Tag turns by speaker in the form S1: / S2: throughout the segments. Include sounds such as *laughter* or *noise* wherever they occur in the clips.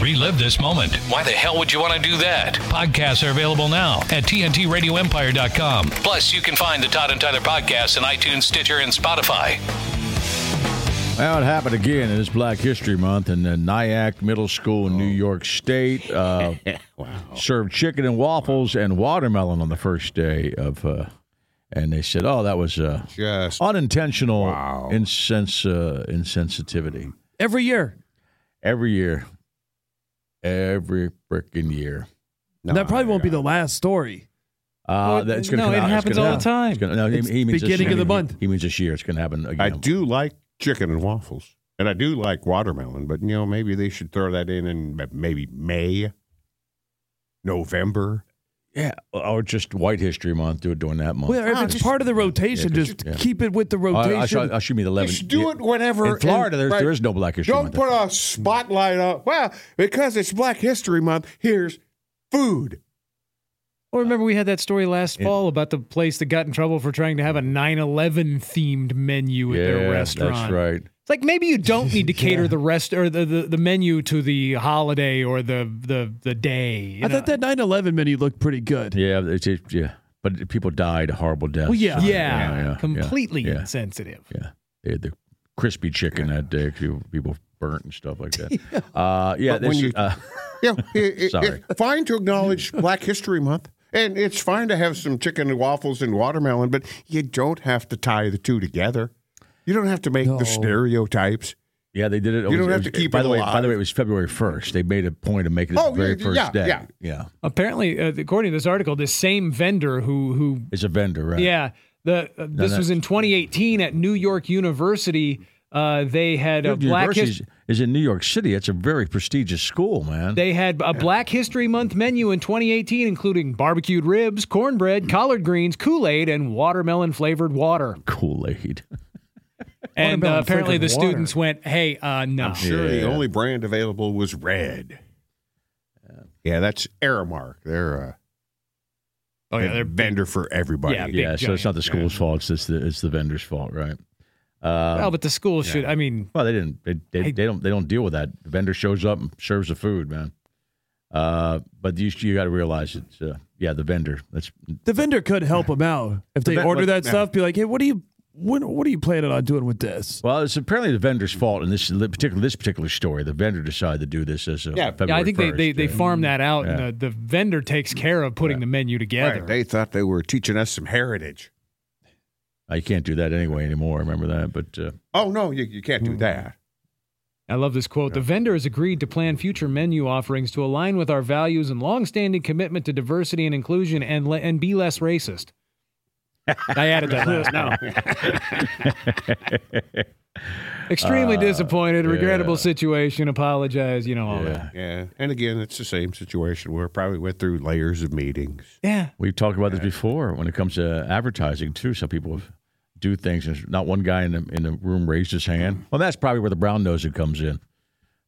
S1: Relive this moment. Why the hell would you want to do that? Podcasts are available now at TNTRadioEmpire.com. Plus, you can find the Todd and Tyler podcast in iTunes, Stitcher, and Spotify.
S2: Well, it happened again. It is Black History Month, and the Nyack Middle School
S3: Oh.
S2: in New York State
S3: *laughs*
S2: uh, served chicken and waffles and watermelon on the first day of, uh, and they said, "Oh, that was uh,
S3: Just
S2: unintentional
S3: Wow.
S2: insens- uh, insensitivity."
S4: Every year.
S2: Every year, every freaking year,
S3: no,
S4: that probably won't be the last story.
S2: uh,
S4: Well,
S2: that's going to
S4: no,
S2: come
S4: it
S2: out. It's
S4: happens
S2: gonna-
S4: all the time.
S2: it's gonna- no, he-
S4: It's
S2: he means this
S4: beginning
S2: year.
S4: of the
S2: He-
S4: month.
S2: He means this year it's going to happen again.
S3: I do like chicken and waffles, and I do like watermelon, but you know maybe they should throw that in in m- maybe May, November.
S2: yeah, or just White History Month. Do it during that month.
S4: Well, if it's part of the rotation,
S2: Yeah, 'cause
S4: just
S2: you- yeah.
S4: keep it with the
S2: I- uh,
S4: rotation.
S2: I, should, I should mean
S3: Oh, You
S2: eleven.
S3: should do it whenever.
S2: In Florida, there's,
S3: right.
S2: there is no Black History
S3: Don't
S2: Month.
S3: put a spotlight on. Well, because it's Black History Month, here's food.
S5: Well, Oh, remember we had that story last fall about the place that got in trouble for trying to have a 9/11 themed menu at
S2: yeah,
S5: their restaurant.
S2: That's right.
S5: It's like maybe you don't
S4: *laughs*
S5: need to cater the rest or the, the, the menu to the holiday or the the the day. you
S4: I thought
S5: know?
S4: that 9 11 menu looked pretty good.
S2: Yeah, it's, it, yeah. But people died horrible deaths.
S4: Well, yeah.
S5: yeah,
S2: yeah, yeah,
S5: completely
S2: yeah.
S5: insensitive.
S2: Yeah. They had the crispy chicken that day. *laughs* 'cause People, people burnt and stuff like
S3: *laughs*
S2: that. Uh, yeah.
S3: But when
S2: this-
S3: you-
S2: uh,
S3: Yeah, it,
S2: *laughs*
S3: it-
S2: Sorry.
S3: it's fine to acknowledge Black History Month, and it's fine to have some chicken and waffles and watermelon, but you don't have to tie the two together. You don't have to make the stereotypes.
S2: yeah, they did it.
S3: You don't
S2: it
S3: have
S2: was-
S3: to keep
S2: By
S3: it
S2: the way, by
S3: alive.
S2: the way, it was February first. They made a point of making it
S3: Oh,
S2: the very
S3: yeah,
S2: first
S3: yeah,
S2: day.
S3: yeah.
S5: Apparently, uh, according to this article, this same vendor who who
S2: It's a vendor, right?
S5: Yeah. The, uh, this
S2: no.
S5: was in 2018 at New York University. Uh, they had a
S2: Duke
S5: Black
S2: University
S5: History.
S2: is- is in New York City. It's a very prestigious school, man.
S5: They had a Black History Month menu in 2018, including barbecued ribs, cornbread, collard greens, Kool Aid, and watermelon flavored water.
S2: Kool Aid.
S5: And uh,
S4: Watermelon
S5: apparently, the
S4: flavored water.
S5: students went, "Hey, uh, no."
S3: Sure, the only brand available was red. Yeah, that's Aramark. They're a
S5: Oh yeah, they're
S3: vendor for everybody.
S5: Yeah, big
S2: Yeah, so it's not
S5: giant.
S2: the school's fault. It's just the, it's the vendor's fault, right? Uh,
S5: Well, but the school should. I mean,
S2: Well, they didn't. They, they, they don't. They don't deal with that. The vendor shows up and serves the food, man. Uh, but you you got to realize it's uh, yeah the vendor. That's
S4: The vendor could help them out. If they
S2: ven-
S4: order
S2: but-
S4: that stuff, be like, hey, what are you. When, what are you planning on doing with this?
S2: well, it's apparently the vendor's fault in this particular this particular story. The vendor decided to do this as a
S3: Yeah.
S2: February
S5: yeah, I think they,
S2: 1st,
S5: they, they
S2: uh,
S5: farm that out, and the, the vendor takes care of putting the menu together.
S3: Right, They thought they were teaching us some heritage.
S2: I can't do that anyway anymore. Remember that, but uh,
S3: Oh no, you, you can't do that.
S5: I love this quote. The vendor has agreed to plan future menu offerings to align with our values and longstanding commitment to diversity and inclusion and le- and be less
S2: *laughs*
S5: racist. I added that last now.
S2: *laughs* Uh,
S5: Extremely disappointed, regrettable situation, apologize, you know, all that.
S3: Yeah, and again, it's the same situation. We probably went through layers of meetings.
S5: Yeah.
S2: we've talked about this before when it comes to advertising too. Some people do things and not one guy in the in the room raised his hand. Well, that's probably where the brown nosing comes in.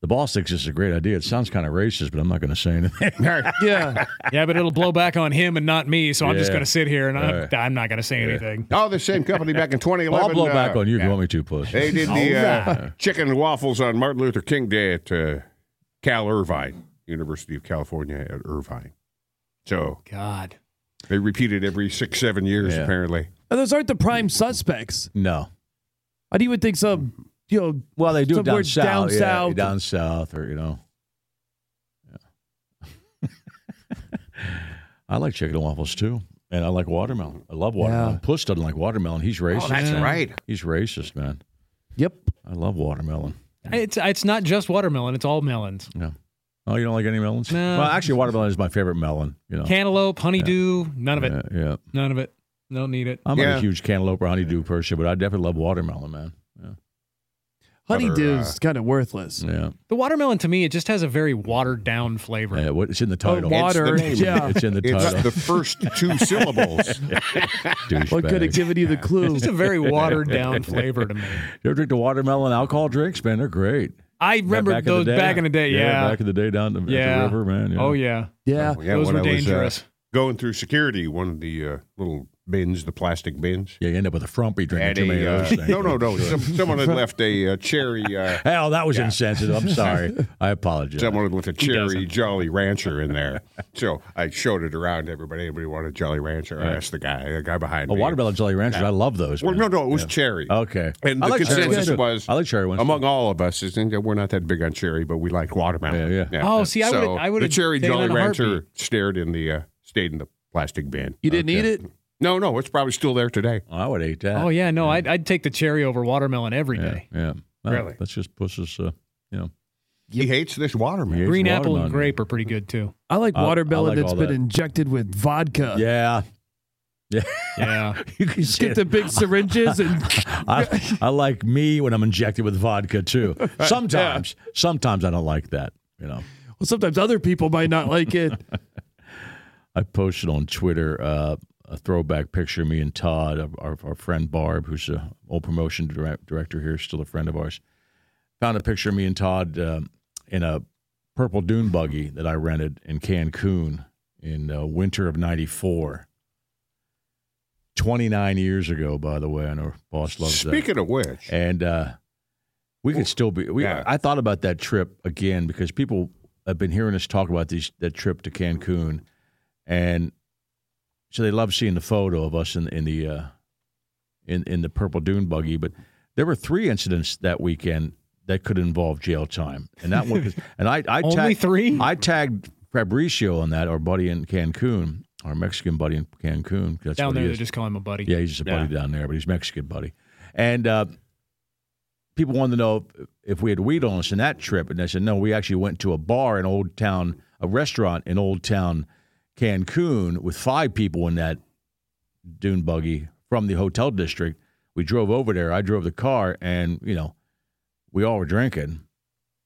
S2: The ball sticks is a great idea. It sounds kind of racist, but I'm not going to say anything. *laughs*
S4: Yeah,
S5: *laughs* Yeah, but it'll blow back on him and not me, so I'm just
S2: Yeah.
S5: going to sit here and I'm,
S2: Right.
S5: I'm not going to say anything.
S3: Oh, the same company back in *laughs* 2011.
S2: I'll blow back
S3: uh,
S2: on you if you want me to, puss.
S3: They did the uh, chicken and waffles on Martin Luther King Day at uh, Cal Irvine, University of California at Irvine. So
S5: God.
S3: they repeat it every six, seven years,
S2: Yeah.
S3: apparently.
S4: And those aren't the prime suspects.
S2: No.
S4: I do even think some, you know,
S2: Well, they do it
S4: Somewhere
S2: down south.
S4: down
S2: yeah,
S4: south.
S2: down south, or you know. *laughs* Yeah. I like chicken and waffles too. And I like watermelon. I love watermelon.
S4: Yeah.
S2: Puss doesn't like watermelon. He's racist.
S3: Oh, that's right.
S2: He's racist, man.
S4: Yep.
S2: I love watermelon.
S5: It's it's not just watermelon; it's all melons.
S2: Yeah. Oh, you don't like any melons?
S5: No.
S2: Well, actually, watermelon is my favorite melon. You know.
S5: Cantaloupe, honeydew, none of it,
S2: Oh. Yeah, yeah.
S5: none of it. Don't need it.
S2: I'm not
S3: Yeah.
S2: a huge cantaloupe or honeydew person, but I definitely love watermelon, man.
S4: Honeydew's
S2: uh,
S4: kind of worthless.
S2: Yeah.
S5: The watermelon to me, it just has a very watered down flavor.
S2: Yeah, what, it's in the title.
S4: Oh,
S3: It's the
S4: water.
S3: name.
S2: *laughs*
S4: yeah.
S2: It's in the
S3: It's
S2: title.
S3: the first
S2: *laughs*
S3: two syllables.
S4: What could have
S2: Douchebag.
S4: given you
S2: *laughs*
S4: the
S5: *laughs*
S4: clue?
S5: It's a very watered down flavor to me.
S2: You ever drink the watermelon alcohol drinks, man? They're great.
S5: I remember
S2: back in the
S5: those
S2: day.
S5: back in the day. Yeah.
S2: back in the day down the, at the
S5: Yeah.
S2: river, man.
S5: Oh yeah.
S3: Yeah,
S4: yeah.
S5: those
S3: when
S5: were
S3: I was, uh,
S5: dangerous.
S3: going through security, one of the uh, little bins, the plastic bins.
S2: Yeah, you end up with a frumpy
S3: Had
S2: drinking too many of
S3: a, uh,
S2: those things.
S3: no, no, no. Some, someone had left a uh, cherry. Uh,
S2: Hell, that was insensitive. I'm sorry. I apologize.
S3: someone had left a cherry Jolly Rancher in there. So I showed it around to everybody. Anybody want a Jolly Rancher? I asked the guy, the guy behind
S2: a
S3: me.
S2: Oh, watermelon jelly ranchers. I love those.
S3: Well,
S2: man.
S3: no, no, it was cherry.
S2: Okay.
S3: And
S2: I
S3: the
S2: like cherry ones,
S3: consensus
S2: too.
S3: was
S2: I like cherry ones.
S3: among all of us is that we're not that big on cherry, but we liked watermelon.
S2: Yeah, yeah.
S5: Oh, see, I
S3: So
S5: would've- I would've
S3: the cherry
S5: taken
S3: Jolly
S5: it in a
S3: Rancher
S5: heartbeat.
S3: stared in the uh, stayed in the plastic bin.
S4: You didn't eat it?
S3: No, no, it's probably still there today.
S2: I would eat that.
S5: oh yeah. No, I'd, I'd take the cherry over watermelon every
S2: Yeah.
S5: day.
S2: yeah. Well,
S5: Really?
S2: That's just pusses. Uh, you know,
S3: He hates this watermelon.
S2: It's
S5: Green apple
S2: watermelon.
S5: and grape are pretty good
S2: *laughs*
S5: too.
S4: I like
S2: I- I
S4: watermelon
S2: like
S4: that's
S2: all
S4: been
S2: that.
S4: injected with
S5: Uh,
S4: vodka.
S2: yeah. *laughs*
S5: Yeah.
S2: You can
S4: Get the big syringes
S2: *laughs*
S4: and
S2: I, I like me when I'm injected with
S5: *laughs*
S2: vodka too. Sometimes, sometimes I don't like that. You know,
S4: well, sometimes other people might not like it.
S2: I posted on Twitter uh, a throwback picture of me and Todd, of our, our friend Barb, who's an old promotion direct, director here, still a friend of ours. Found a picture of me and Todd um, in a purple dune buggy that I rented in Cancun in uh, winter of '94. 29 years ago, by the way. I know Boss loves that.
S3: Speaking of which,
S2: and uh, we could still be. We,
S3: yeah.
S2: I thought about that trip again because people have been hearing us talk about these that trip to Cancun, and so they love seeing the photo of us in in the uh, in in the purple dune buggy. But there were three incidents that weekend that could involve jail time, and that one. and I, I
S5: *laughs* Only
S2: tagged,
S5: three?
S2: I tagged Fabricio on that, our buddy in Cancun, our Mexican buddy in Cancun. 'cause That's
S5: Down
S2: what
S5: there
S2: he
S5: they
S2: is.
S5: just call him a buddy.
S2: Yeah, he's just a buddy down there, but he's Mexican buddy. And uh, people wanted to know if, if we had weed on us in that trip, and I said no. We actually went to a bar in Old Town, a restaurant in Old Town, Cancun, with five people in that dune buggy from the hotel district. We drove over there. I drove the car, and you know, we all were drinking.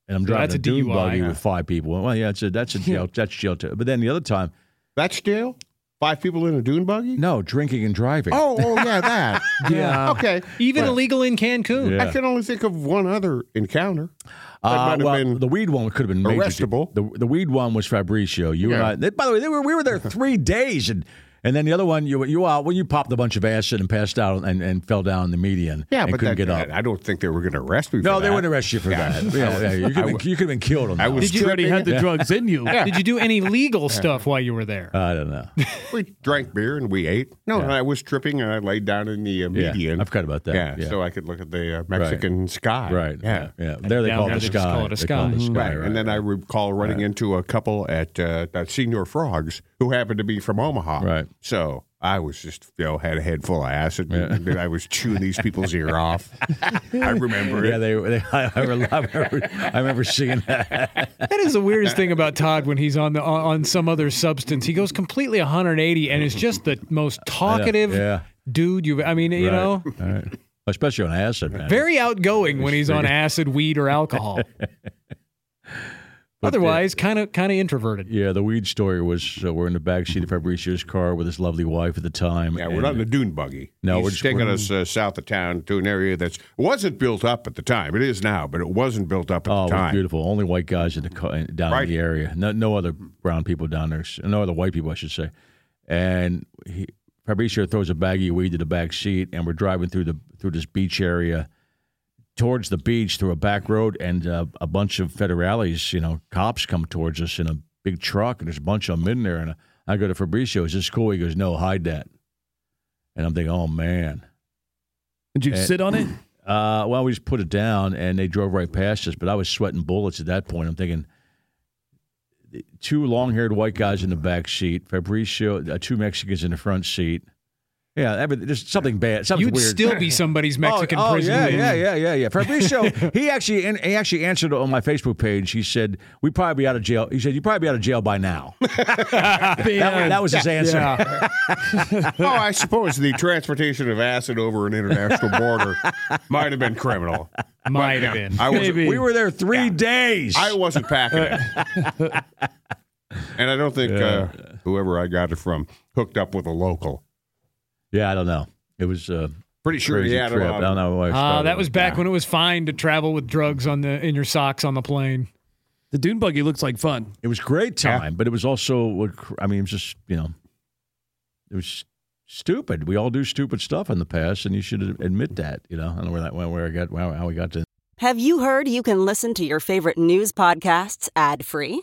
S2: And I'm
S5: So
S2: driving
S5: that's
S2: a,
S5: a
S2: dune
S5: DUI,
S2: buggy
S5: yeah.
S2: with five people. Well, yeah, it's a, *laughs* that's a jail. that's jail. T- but then the other time,
S3: that's jail. Five people in a dune buggy.
S2: no drinking and driving.
S3: Oh, oh
S2: *laughs*
S3: yeah, that.
S4: Yeah.
S3: Okay.
S5: Even illegal in Cancun.
S2: Yeah.
S3: I can only think of one other encounter. That
S2: Uh,
S3: might have
S2: well,
S3: been
S2: the weed one could have been major.
S3: arrestable.
S2: The, the weed one was Fabricio. You and
S3: Yeah.
S2: I. They, by the way, they were, we
S3: *laughs*
S2: were there three days, and and then the other one, you you out when you popped a bunch of acid and passed out and, and fell down the median.
S3: Yeah,
S2: and
S3: but
S2: couldn't
S3: that,
S2: get up.
S3: I don't think they were going to arrest me.
S2: no,
S3: for
S2: they
S3: that.
S2: wouldn't arrest you for that. Yeah, yeah, you could have been, you could've been killed on that.
S3: I was
S4: Did you already had the drugs in you?
S5: Did you do any
S2: *laughs*
S5: legal stuff while you were there?
S2: I don't know.
S3: We drank beer and we ate. No, I was tripping and I laid down in the uh,
S2: Yeah,
S3: median.
S2: I forgot about that.
S3: Yeah,
S2: yeah.
S3: so I could look at the uh, Mexican sky.
S2: right.
S3: Yeah.
S2: yeah. There they
S5: Down
S2: call
S5: there
S2: it the
S5: they just
S2: sky.
S5: call it a
S2: They call it
S5: sky.
S2: the sky.
S3: Right. and then I recall running into a couple at uh, at Senior Frogs who happened to be from Omaha.
S2: Right.
S3: So I was just, you know, had a head full of acid and then I was chewing these people's ear
S2: *laughs*
S3: off. I remember
S2: Yeah,
S3: it.
S2: they. they *laughs* I, I, remember, I remember seeing that.
S5: That is the weirdest thing about Todd when he's on the on on some other substance. He goes completely 180 and is just the most talkative
S2: Yeah.
S5: dude you've. I mean, you
S2: Right.
S5: know,
S2: All right. especially on acid, man.
S5: very outgoing when he's on acid, weed, or
S2: *laughs*
S5: alcohol.
S2: uh,
S5: Otherwise, kind of kind of introverted.
S2: Yeah, the weed story was uh, we're in the backseat of Fabricio's car with his lovely wife at the time.
S3: Yeah,
S2: and-
S3: we're not in the dune buggy.
S2: No,
S3: He's
S2: we're just-
S3: taking
S2: we're-
S3: us uh, south of town to an area that's wasn't built up at the time. It is now, but it wasn't built up at
S2: Oh, it
S3: the
S2: was
S3: time.
S2: beautiful. Only white guys in the car, down
S3: Right.
S2: in the area. No, no other brown people down there. No other white people, I should say. And he, Fabricio throws a baggie of weed to the back seat, and we're driving through the through this beach area towards the beach through a back road, and uh, a bunch of federales, you know, cops come towards us in a big truck, and there's a bunch of them in there. And I go to Fabricio, "Is this cool?" He goes, "No, hide that." And I'm thinking, "Oh man."
S4: Did you
S2: And-
S4: sit on it?
S2: Uh, well, we just put it down, and they drove right past us. But I was sweating bullets at that point. I'm thinking two long-haired white guys in the back seat, Fabricio, uh, two Mexicans in the front seat. Yeah, everything, just something bad, something
S5: You'd
S2: weird.
S5: still be somebody's Mexican
S2: *laughs* oh, oh,
S5: prison.
S2: yeah,
S5: leader.
S2: yeah, yeah, yeah, yeah. Fabricio, he actually and he actually answered on my Facebook page. He said, "We probably be out of jail." He said, "You probably be out of jail by
S5: *laughs*
S2: now." *laughs* That, that was his answer.
S3: Oh, I suppose the transportation of acid over an international border *laughs* might have been criminal.
S5: Might have been.
S3: I was
S4: Maybe.
S2: We were there three days.
S3: I wasn't packing it. and I don't think uh, whoever I got it from hooked up with a local.
S2: yeah, I don't know. It was a
S3: Pretty sure
S2: crazy
S3: he had
S2: trip.
S3: it
S2: I
S3: on.
S2: don't know. why I
S5: Uh,
S2: started
S5: that was
S2: with
S5: back when it was fine to travel with drugs on the in your socks on the plane.
S4: The dune buggy looks like fun.
S2: It was great time, but it was also. I mean, it was just you know, it was stupid. We all do stupid stuff in the past, and you should admit that. You know, I don't know where that went, where I got, how how we got to.
S6: Have you heard you can listen to your favorite news podcasts ad free?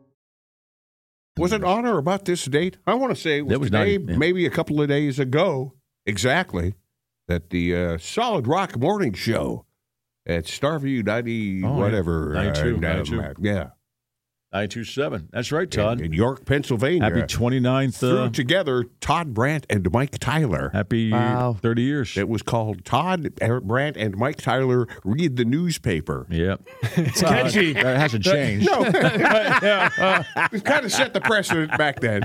S3: Was it on or about this date? I want to say it was,
S2: That was
S3: today,
S2: not- yeah.
S3: maybe a couple of days ago, exactly, that the uh, Solid Rock Morning Show at Starview 90,
S2: Oh, yeah.
S3: whatever.
S2: 92,
S3: uh,
S2: 92.
S3: Yeah.
S2: Nine two seven. That's right, Todd.
S3: In, in York, Pennsylvania.
S2: Happy 29th.
S3: threw
S2: Uh,
S3: together Todd Brandt and Mike Tyler.
S2: happy
S4: Wow.
S2: 30 years.
S3: It was called Todd Er, Brandt and Mike Tyler Read
S2: *laughs*
S3: the Newspaper.
S5: *laughs*
S2: Yep.
S4: It's catchy.
S2: That hasn't changed.
S3: No, it kind of set the precedent back then.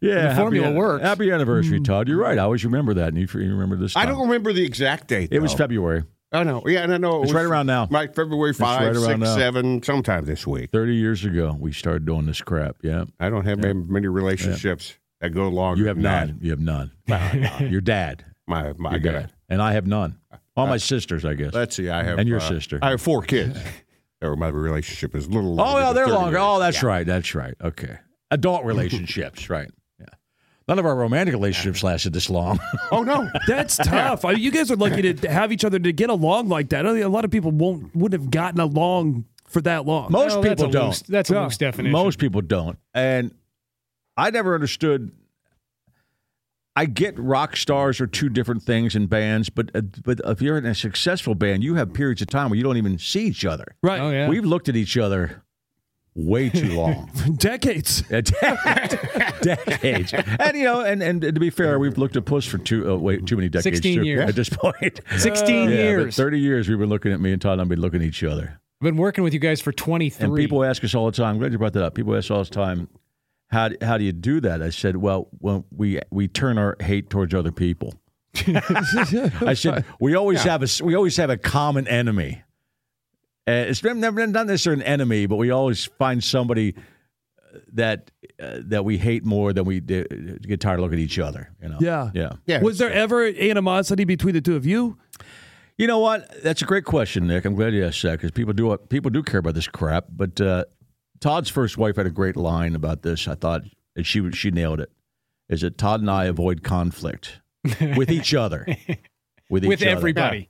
S2: yeah,
S5: The formula
S2: happy,
S5: works. Hmm.
S2: Happy anniversary, Todd. You're right. I always remember that, and you, you remember this.
S3: I
S2: time.
S3: don't remember the exact date.
S2: It was
S3: though.
S2: February.
S3: I know. Yeah, and I know. It
S2: It's
S3: was
S2: right around now.
S3: Like February
S2: right
S3: 5,
S2: around
S3: 6,
S2: now.
S3: 7, sometime this week.
S2: 30 years ago, we started doing this crap. Yeah.
S3: I don't have many relationships that go longer
S2: You have
S3: than that.
S2: none. You have none. Your dad.
S3: My, my
S2: Your
S3: God.
S2: dad. And I have none. All my sisters, I guess.
S3: Let's see. I have. uh,
S2: And your sister.
S3: I have four
S2: *laughs*
S3: kids. or my relationship is a little
S2: Oh,
S3: longer.
S2: yeah,
S3: than
S2: they're
S3: 30
S2: longer.
S3: years.
S2: Oh, that's right. That's right. Okay. Adult relationships, right. Yeah. None of our romantic relationships lasted this long.
S3: Oh, no.
S2: *laughs*
S4: That's tough. I mean, you guys are lucky to have each other to get along like that. I think a lot of people won't would have gotten along for that long.
S2: Most
S5: Well, that's
S2: people
S5: a
S2: don't.
S5: loose- that's a
S4: Yeah.
S5: loose definition.
S2: Most people don't. And I never understood. I get rock stars are two different things in bands, but uh, but if you're in a successful band, you have periods of time where you don't even see each other.
S4: right?
S5: Oh yeah.
S2: We've looked at each other way too
S5: *laughs*
S2: long.
S4: *laughs* Decades.
S2: A decade. decades. And you know, and, and to be fair, we've looked at Puss for too uh, wait too many decades
S5: 16
S2: too,
S5: years.
S2: at this point.
S5: 16
S2: uh, Yeah, but
S5: years.
S2: Thirty years we've been looking at me and Todd and I've been looking at each other.
S5: I've been working with you guys for 23.
S2: And people ask us all the time. I'm glad you brought that up. People ask all the time, how how do you do that? I said, well, when we we turn our hate towards other people. I said we always have a s- we always have a common enemy. Uh, it's been- never been- not necessarily an enemy, but we always find somebody that uh, that we hate more than we do, get tired of looking at each other. You know.
S4: Yeah.
S2: Yeah.
S3: Yeah.
S4: Was there ever animosity between the two of you?
S2: You know what? That's a great question, Nick. I'm glad you asked that because people do uh, people do care about this crap. But uh, Todd's first wife had a great line about this. I thought and she she nailed it. Is that Todd and I avoid conflict with
S5: *laughs*
S2: each other, with each
S5: with
S2: other.
S5: everybody. Mm.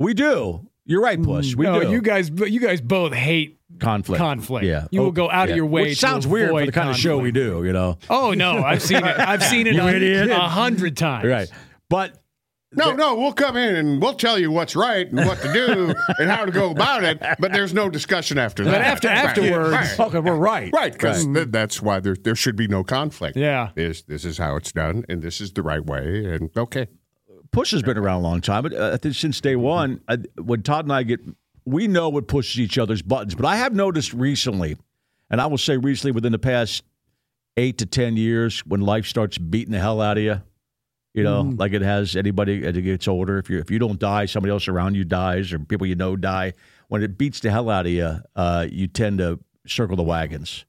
S2: We do. You're right, Puss. We
S5: no,
S2: do.
S5: you guys, you guys both hate
S2: conflict.
S5: conflict.
S2: Yeah.
S5: you will go out
S2: Yeah.
S5: of your way.
S2: Which
S5: to
S2: sounds weird for
S5: avoid
S2: the kind of show we
S5: conflict.
S2: do. You know.
S5: Oh
S2: *laughs*
S5: no, I've seen it. I've seen it
S2: You
S5: a-
S2: idiot.
S5: a hundred times.
S2: Right. But
S3: No, no, we'll come in and we'll tell you what's right and what
S2: *laughs*
S3: to do and how to go about it, but there's no discussion after that.
S5: But after
S3: Right.
S5: afterwards,
S3: Right.
S2: okay, we're right.
S3: Right, because that's why there there should be no conflict.
S5: Yeah.
S3: This this is how it's done, and this is the right way, and okay.
S2: Push has been around a long time, but uh, I think since day one, I, when Todd and I get, we know what pushes each other's buttons. But I have noticed recently, and I will say recently within the past eight to ten years, when life starts beating the hell out of you, You know, like it has anybody as it gets older. If you if you don't die, somebody else around you dies, or people you know die. When it beats the hell out of you, uh, you tend to circle the wagons.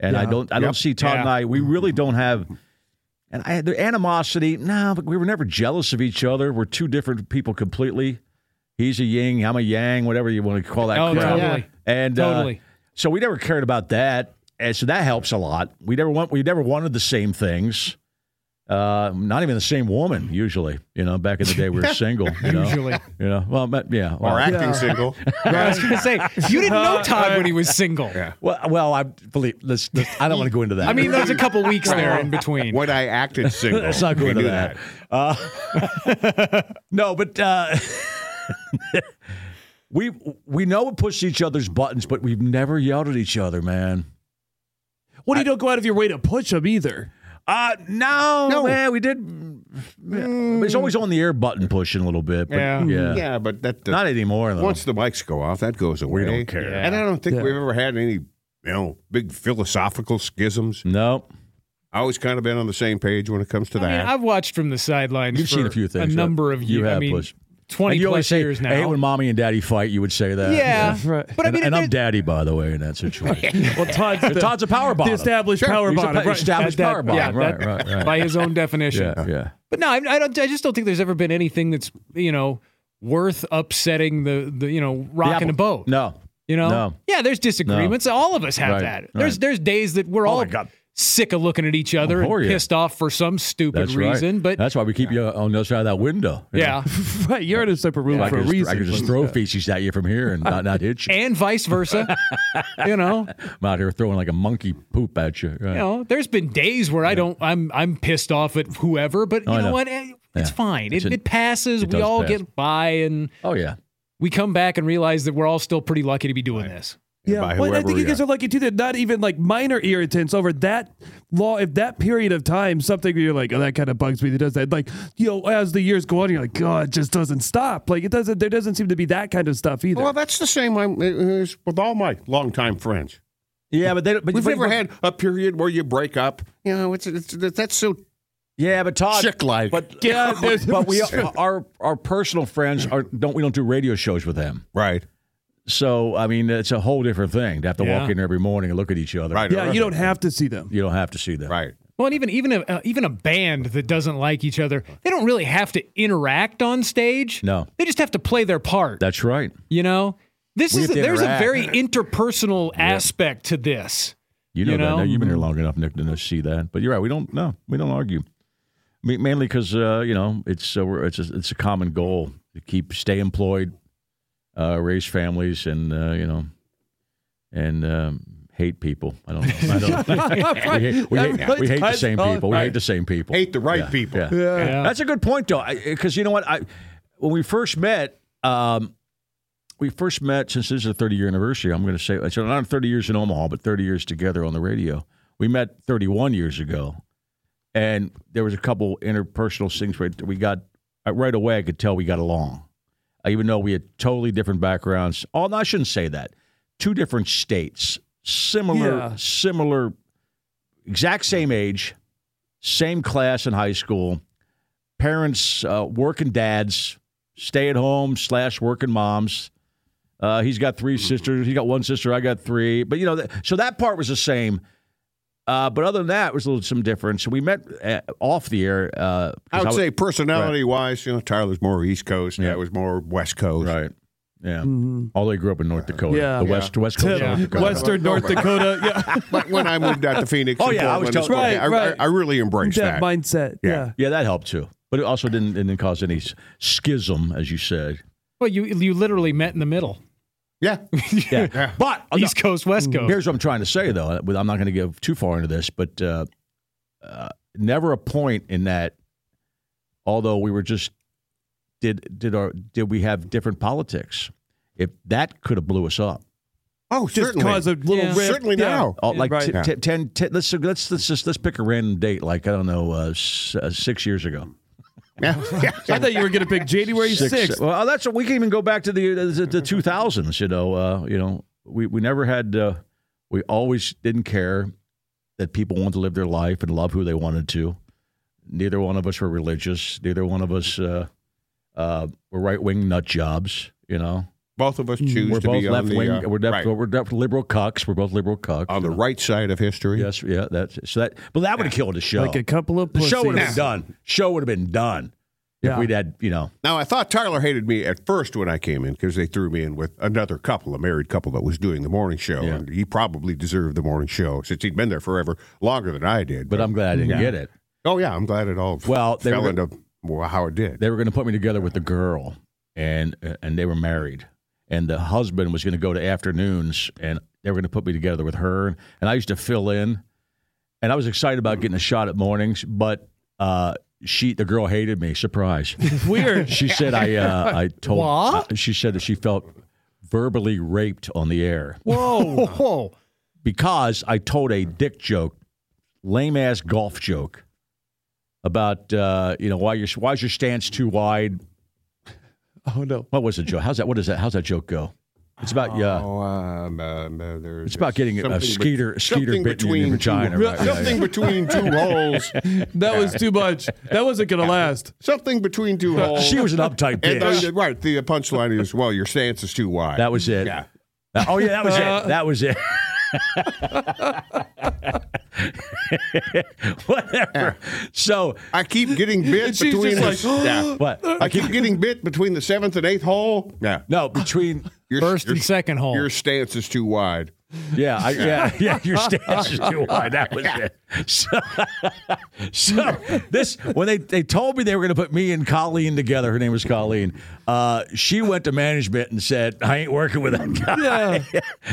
S2: And I don't I don't see Todd and I. We really don't have. And I the animosity. No, but we were never jealous of each other. We're two different people completely. He's a yin, I'm a yang, whatever you want to call that.
S5: Oh,
S2: crap.
S5: totally.
S2: And uh, *laughs*
S5: Totally.
S2: so we never cared about that, and so that helps a lot. We never want we never wanted the same things. Uh, not even the same woman usually. You know, back in the day we were single. You know?
S5: Usually.
S2: you know. Well, but- yeah. Well,
S3: Or acting single.
S2: *laughs*
S5: I was going
S3: *laughs*
S5: to say, you didn't know Todd when he was single.
S2: well, well, I believe. Let's, let's- I don't want to go into that.
S5: I mean, there's a couple weeks there in between.
S3: When I acted
S2: *laughs*
S3: single.
S2: Let's not go
S3: We
S2: into
S3: knew
S2: that. Uh, *laughs* no, but uh, *laughs* we we know we push each other's buttons, but we've never yelled at each other, man.
S4: What do you don't go out of your way to push them either?
S2: Uh, no, man, we did. yeah, It's always on the air button pushing a little bit, but yeah,
S5: Yeah.
S3: Yeah, but that does-
S2: not anymore though.
S3: Once the mics go off, that goes away.
S2: don't care.
S3: And I don't think
S4: Yeah.
S3: we've ever had any, you know, big philosophical schisms.
S2: no,
S3: I always kind of been on the same page when it comes to
S5: I mean,
S3: that.
S5: I've watched from the sidelines.
S2: You've
S5: for
S2: seen a few things,
S5: A number
S2: right?
S5: of
S2: You
S5: years. I
S2: have,
S5: mean,
S2: Bush.
S5: twenty
S2: and you always
S5: plus
S2: say,
S5: years now.
S2: I hate when mommy and daddy fight. You would say that.
S5: yeah, but I
S2: and,
S5: mean,
S2: and I'm
S5: it-
S2: daddy, by the way, in that
S4: *laughs*
S2: situation.
S4: Well, Todd's, the,
S2: *laughs* Todd's a power
S4: the
S2: bottom.
S4: established power
S2: He's a
S4: bottom.
S2: pa-
S4: right.
S2: established
S4: That-
S2: power bottom.
S5: yeah,
S2: right,
S5: that-
S2: right,
S5: *laughs*
S2: right.
S5: by his own definition.
S2: yeah, yeah.
S5: But no, I, I don't. I just don't think there's ever been anything that's you know worth upsetting the the you know rocking
S2: apple.
S5: the boat.
S2: No,
S5: You know?
S2: No.
S5: Yeah, there's disagreements. All of us have
S2: Right,
S5: that. There's
S2: right.
S5: there's days that we're
S2: Oh
S5: all
S2: my God.
S5: sick of looking at each
S2: Oh,
S5: other
S2: who are
S5: and
S2: you?
S5: pissed off for some stupid
S2: that's
S5: reason.
S2: right.
S5: But
S2: that's why we keep you on the other side of that window. you
S5: yeah.
S2: know?
S4: right, you're in a separate room
S2: I
S4: for a
S2: could, just,
S4: reason.
S2: I could just throw feces at you from here and not, not hit
S5: *laughs*
S2: you.
S5: And vice
S2: *laughs*
S5: versa. you know.
S2: I'm out here throwing like a monkey poop at you. Right.
S5: You know, there's been days where I don't I'm I'm pissed off at whoever, but you
S2: Oh, I
S5: know,
S2: know.
S5: what? Eh, It's
S2: Yeah.
S5: fine.
S2: It's
S5: it,
S2: a-
S5: it passes.
S2: it
S5: we
S2: does
S5: all
S2: pass.
S5: get by and
S2: Oh yeah.
S5: we come back and realize that we're all still pretty lucky to be doing this.
S4: Yeah,
S3: by
S4: well, I
S3: whoever
S4: think you
S3: we
S4: guys
S3: are.
S4: are lucky too that not even like minor irritants over that law. If that period of time, something where you're like, oh, that kind of bugs me. That does that. Like, you know, as the years go on, you're like, God, it just doesn't stop. Like, it doesn't. There doesn't seem to be that kind of stuff either.
S3: well, that's the same I'm, is with all my longtime friends.
S2: Yeah, but they but
S3: We've
S2: but-
S3: never had a period where you break up. You know, it's, it's that's so
S2: Yeah, but Todd
S3: chick-like.
S2: But
S4: Yeah,
S2: but,
S4: there's-
S2: but we our our personal friends are don't we don't do radio shows with them.
S3: right,
S2: So I mean, it's a whole different thing to have to walk
S5: Yeah.
S2: in every morning and look at each other.
S3: right,
S4: yeah,
S3: right,
S4: you don't have to see them.
S2: You don't have to see them.
S3: right.
S5: Well, and even even a uh, even a band that doesn't like each other, they don't really have to interact on stage.
S2: No.
S5: they just have to play their part.
S2: That's right.
S5: you know, this
S2: We
S5: is
S2: have to
S5: there's a
S2: interact.
S5: very interpersonal aspect to this.
S2: You know,
S5: You
S2: that.
S5: know?
S2: Now, you've been here long enough, Nick, to know- see that. But you're right. We don't. No, we don't argue. I mean, mainly because uh, you know it's uh, we're- it's a, it's a common goal to keep stay employed, uh, raise families, and uh, you know, and um, hate people. I don't know. I
S5: *laughs*
S2: don't know. *laughs* we hate, we hate, we hate the same people. We hate the same people.
S3: Hate the right people.
S2: Yeah. That's a good point, though, because you know what? I when we first met, um, we first met since this is a 30 year anniversary. I'm going to say it's not 30 years in Omaha, but 30 years together on the radio. We met 31 years ago, and there was a couple interpersonal things where we got uh, right away. I could tell we got along, Uh, even though we had totally different backgrounds. Oh, no, I shouldn't say that. Two different states, similar,
S4: Yeah.
S2: similar, exact same age, same class in high school parents, uh, working dads, stay at home slash working moms. Uh, he's got three sisters. He got one sister. I got three. But you know, th- so that part was the same. Uh, but other than that, it was a little some difference. So we met uh, off the air. Uh, 'cause
S3: I would
S2: was-
S3: say personality-wise, you know, Tyler's more East Coast. I was more West Coast.
S2: right. Yeah. Although he grew up in North Dakota,
S4: Yeah.
S2: the west west coast, of North Dakota.
S4: Mm-hmm. Western North Dakota.
S3: *laughs*
S4: Yeah,
S3: *laughs* But when I moved out to Phoenix,
S2: Oh,
S3: and
S2: yeah, I was
S3: Portland,
S2: telling-
S3: it's okay.
S4: Right,
S3: I- I-
S4: right.
S3: I, really embraced
S4: that
S3: that.
S4: mindset.
S3: Yeah.
S4: Yeah.
S2: Yeah, that helped too. But it also didn't it didn't cause any s- schism, as you said.
S5: Well, you you literally met in the middle,
S3: yeah,
S2: Oh, Yeah. Mm-hmm. But
S5: East Coast, West
S4: Oh.
S5: Coast.
S2: Here's what I'm trying to say, though. I'm not going to give too far into this, but uh, uh, never a point in that. Although we were just did did our did we have different politics? If that could have blew us up,
S3: Oh,
S4: Just
S3: certainly.
S4: cause a little
S5: Yeah.
S4: rift.
S3: certainly
S4: Yeah.
S2: *laughs*
S3: now.
S2: All- like
S4: right.
S2: t- t- ten, ten- let's let's let's just let's pick a random date, like I don't know, uh, s- uh, six years ago.
S3: Yeah. *laughs*
S4: I thought you were gonna pick January sixth.
S2: Well, that's we can even go back to the uh, the, the 2000s. You know, uh, you know, we we never had. Uh, we always didn't care that people wanted to live their life and love who they wanted to. Neither one of us were religious. Neither one of us uh, uh, were right wing nut jobs. You know,
S3: Mm, Both of us choose
S2: we're
S3: to
S2: both
S3: be
S2: left
S3: on the
S2: wing.
S3: uh,
S2: we're, def-
S3: right,
S2: we're def- liberal cucks. We're both liberal cucks.
S3: on
S2: you
S3: the
S2: know?
S3: right side of history.
S2: Yes, yeah. That's so that. But that would have killed the show.
S4: Like a couple of
S2: the show would have
S4: pussies.
S2: been done. Show would have been done if
S4: Yeah.
S2: we'd had you know.
S3: Now I thought Tyler hated me at first when I came in because they threw me in with another couple, a married couple that was doing the morning show,
S2: Yeah.
S3: and he probably deserved the morning show since he'd been there forever, longer than I did.
S2: But I'm glad I didn't
S3: Yeah.
S2: get it.
S3: oh yeah, I'm glad it all
S2: Well, they
S3: fell
S2: were-
S3: into well, how it did.
S2: They were going to put me together with the girl, and uh, and they were married, and the husband was going to go to afternoons, and they were going to put me together with her, and I used to fill in, and I was excited about getting a shot at mornings, but uh, she the girl hated me. Surprise.
S4: Weird.
S2: *laughs* She said I uh, I told. she said that she felt verbally raped on the air
S4: Whoa.
S5: Whoa.
S2: because I told a dick joke, lame ass golf joke about uh, you know why your why's your stance too wide.
S4: Oh no.
S2: What was the joke? How's that? What is that? How's that joke go? It's about yeah.
S3: Oh, um, um, uh, there's-
S2: It's about getting a
S3: something be-
S2: skeeter, skeeter
S3: something
S2: bitten in your
S3: two-
S2: vagina. right? Yeah,
S3: Something
S2: yeah.
S3: between
S2: *laughs*
S3: two holes.
S4: That was too much. That wasn't gonna last.
S3: Something between two
S4: Oh.
S3: holes.
S2: She was an uptight
S3: And
S2: bitch.
S3: the- right, the punchline is, well, your stance is too wide.
S2: That was it.
S3: Yeah.
S2: Oh yeah, that was it. That was
S4: Uh.
S2: it. *laughs* Whatever. So,
S3: I keep getting bit
S4: she's
S3: between
S4: just
S3: the,
S4: like,
S3: *gasps*
S2: *gasps* but
S3: yeah. I keep getting bit between the seventh and eighth hole. Yeah.
S2: no, between
S3: Your,
S5: First
S3: your,
S5: and second hole.
S3: Your stance is too wide.
S2: Yeah, I, yeah, yeah. Your stance is too high. That was it. So, *laughs* so this when they they told me they were going to put me and Colleen together. Her name was Colleen. Uh, she went to management and said, "I ain't working with that guy."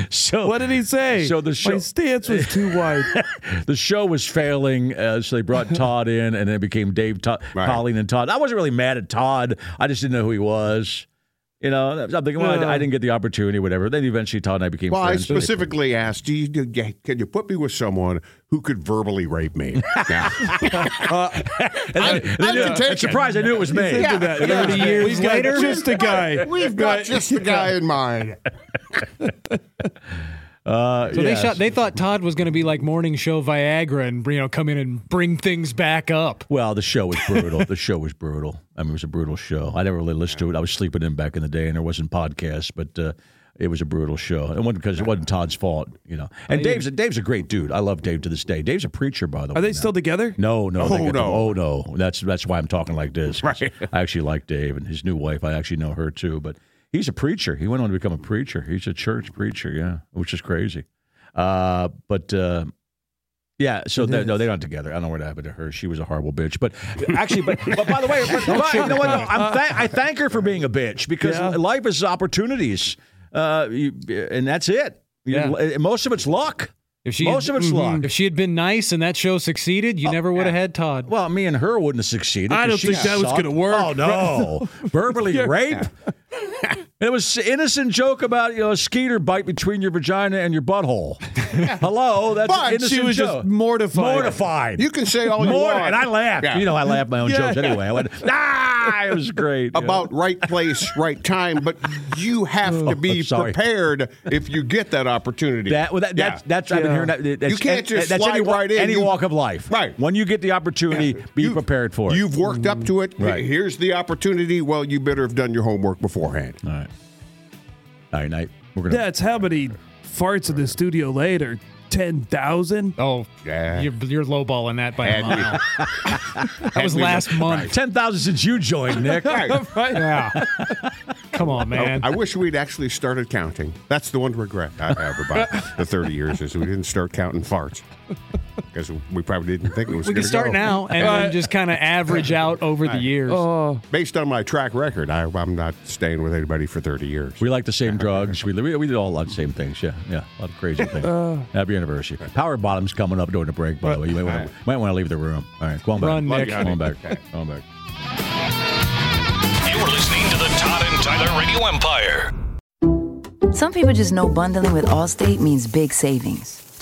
S2: *laughs* so
S4: What did he say?
S2: So the show
S4: My stance was too wide.
S2: *laughs* the show was failing, uh, so they brought Todd in, and it became Dave, Todd,
S3: Right.
S2: Colleen, and Todd. I wasn't really mad at Todd. I just didn't know who he was. You know, I'm thinking, well, I, I didn't get the opportunity, whatever. Then eventually, Todd and I became
S3: Well, I
S2: friends.
S3: specifically asked, do you, do you- can you put me with someone who could verbally rape me? *laughs* Yeah.
S2: And then- and then-
S3: I'm
S2: and surprised I knew it was me.
S4: Did that 30 years
S5: We've got
S4: later. Just a guy.
S3: We've got *laughs* just the guy in mind.
S2: Uh,
S5: So they *laughs*
S2: yes.
S5: shot. They thought Todd was going to be like morning show Viagra and you know come in and bring things back up.
S2: Well, the show was brutal. the show was brutal. I mean, it was a brutal show. I never really listened to it. I was sleeping in back in the day, and there wasn't podcasts, but uh, it was a brutal show. It wasn't because it wasn't Todd's fault, you know. And Dave's a, Dave's a great dude. I love Dave to this day. Dave's a preacher, by the way.
S4: Are they
S2: now.
S4: still together?
S2: No, no,
S3: Oh,
S2: they got-
S3: no.
S2: oh no. That's that's why I'm talking like this. 'cause I actually like Dave and his new wife. I actually know her too, but he's a preacher. He went on to become a preacher. He's a church preacher, yeah, which is crazy. Uh, but uh, yeah, so they, no, they're not together. I don't know what happened to her. She was a horrible bitch. But actually, but, but by the way, but, but, you know what? though? I'm thank I thank her for being a bitch because
S4: Yeah.
S2: life is opportunities, uh, you, and that's it. You-
S5: Yeah.
S2: Most of it's luck.
S5: If she mm-hmm.
S2: Most of it's luck.
S5: If she had been nice and that show succeeded,
S3: Oh,
S5: you never would have had Todd.
S2: Well, me and her wouldn't have succeeded.
S4: I
S2: 'cause
S4: don't
S2: she
S4: think that was
S2: sucked.
S4: gonna work.
S2: Oh
S4: *laughs*
S2: no, verbally rape. And it was an innocent joke about you know a skeeter bite between your vagina and your butthole. Hello, that's
S3: But
S2: an
S3: she
S2: innocent
S4: She was
S2: joke.
S4: just mortified.
S2: mortified.
S3: You can say all you
S2: Mort-
S3: want.
S2: and I laughed.
S3: Yeah.
S2: You know, I laughed my own
S4: Yeah.
S2: jokes anyway. I went, *laughs* ah, it was great. Yeah.
S3: *laughs* about right place, right time, but you have to be
S2: Oh, sorry.
S3: prepared if you get that opportunity.
S2: that. Well, that that's,
S3: Yeah.
S2: that's I've been hearing that. That's,
S3: You can't just
S2: that's any,
S3: slide
S2: wa-
S3: right in.
S2: Any
S3: You-
S2: walk of life,
S3: Right.
S2: When you get the opportunity, be
S3: You've-
S2: prepared for it.
S3: You've worked up to it.
S2: Right.
S3: Here's the opportunity. Well, you better have done your homework beforehand.
S2: All right. All right, night. We're gonna.
S4: That's how many farts in the studio later. Ten thousand.
S5: Oh,
S3: Yeah.
S5: you're, you're lowballing that by a
S3: And we- *laughs*
S5: mile. that was
S3: we-
S5: last month.
S2: Ten thousand since you
S5: *laughs*
S2: joined, Nick.
S3: Right.
S5: Yeah. Come on, man.
S3: *laughs* Oh, I wish we'd actually started counting. That's the one regret I have
S5: *laughs*
S3: about the 30 years is we didn't start counting farts because we probably didn't think it was.
S5: we can
S3: gonna
S5: start
S3: go.
S5: now and then just kind of average out over the years.
S3: Oh, Based on my track record, I, I'm not staying with anybody for 30 years.
S2: We like the same drugs. We, we, we did all a lot of the same things. Yeah, yeah, a lot of crazy things.
S5: Uh,
S2: Happy anniversary. Power bottom's coming up during the break. By the way, you might want to might want to leave the room. All right, go on back.
S5: Run, Nick.
S2: Go
S5: *laughs*
S2: on back. Go on back.
S1: You're listening to the Todd and Tyler Radio Empire.
S7: Some people just know bundling with Allstate means big savings.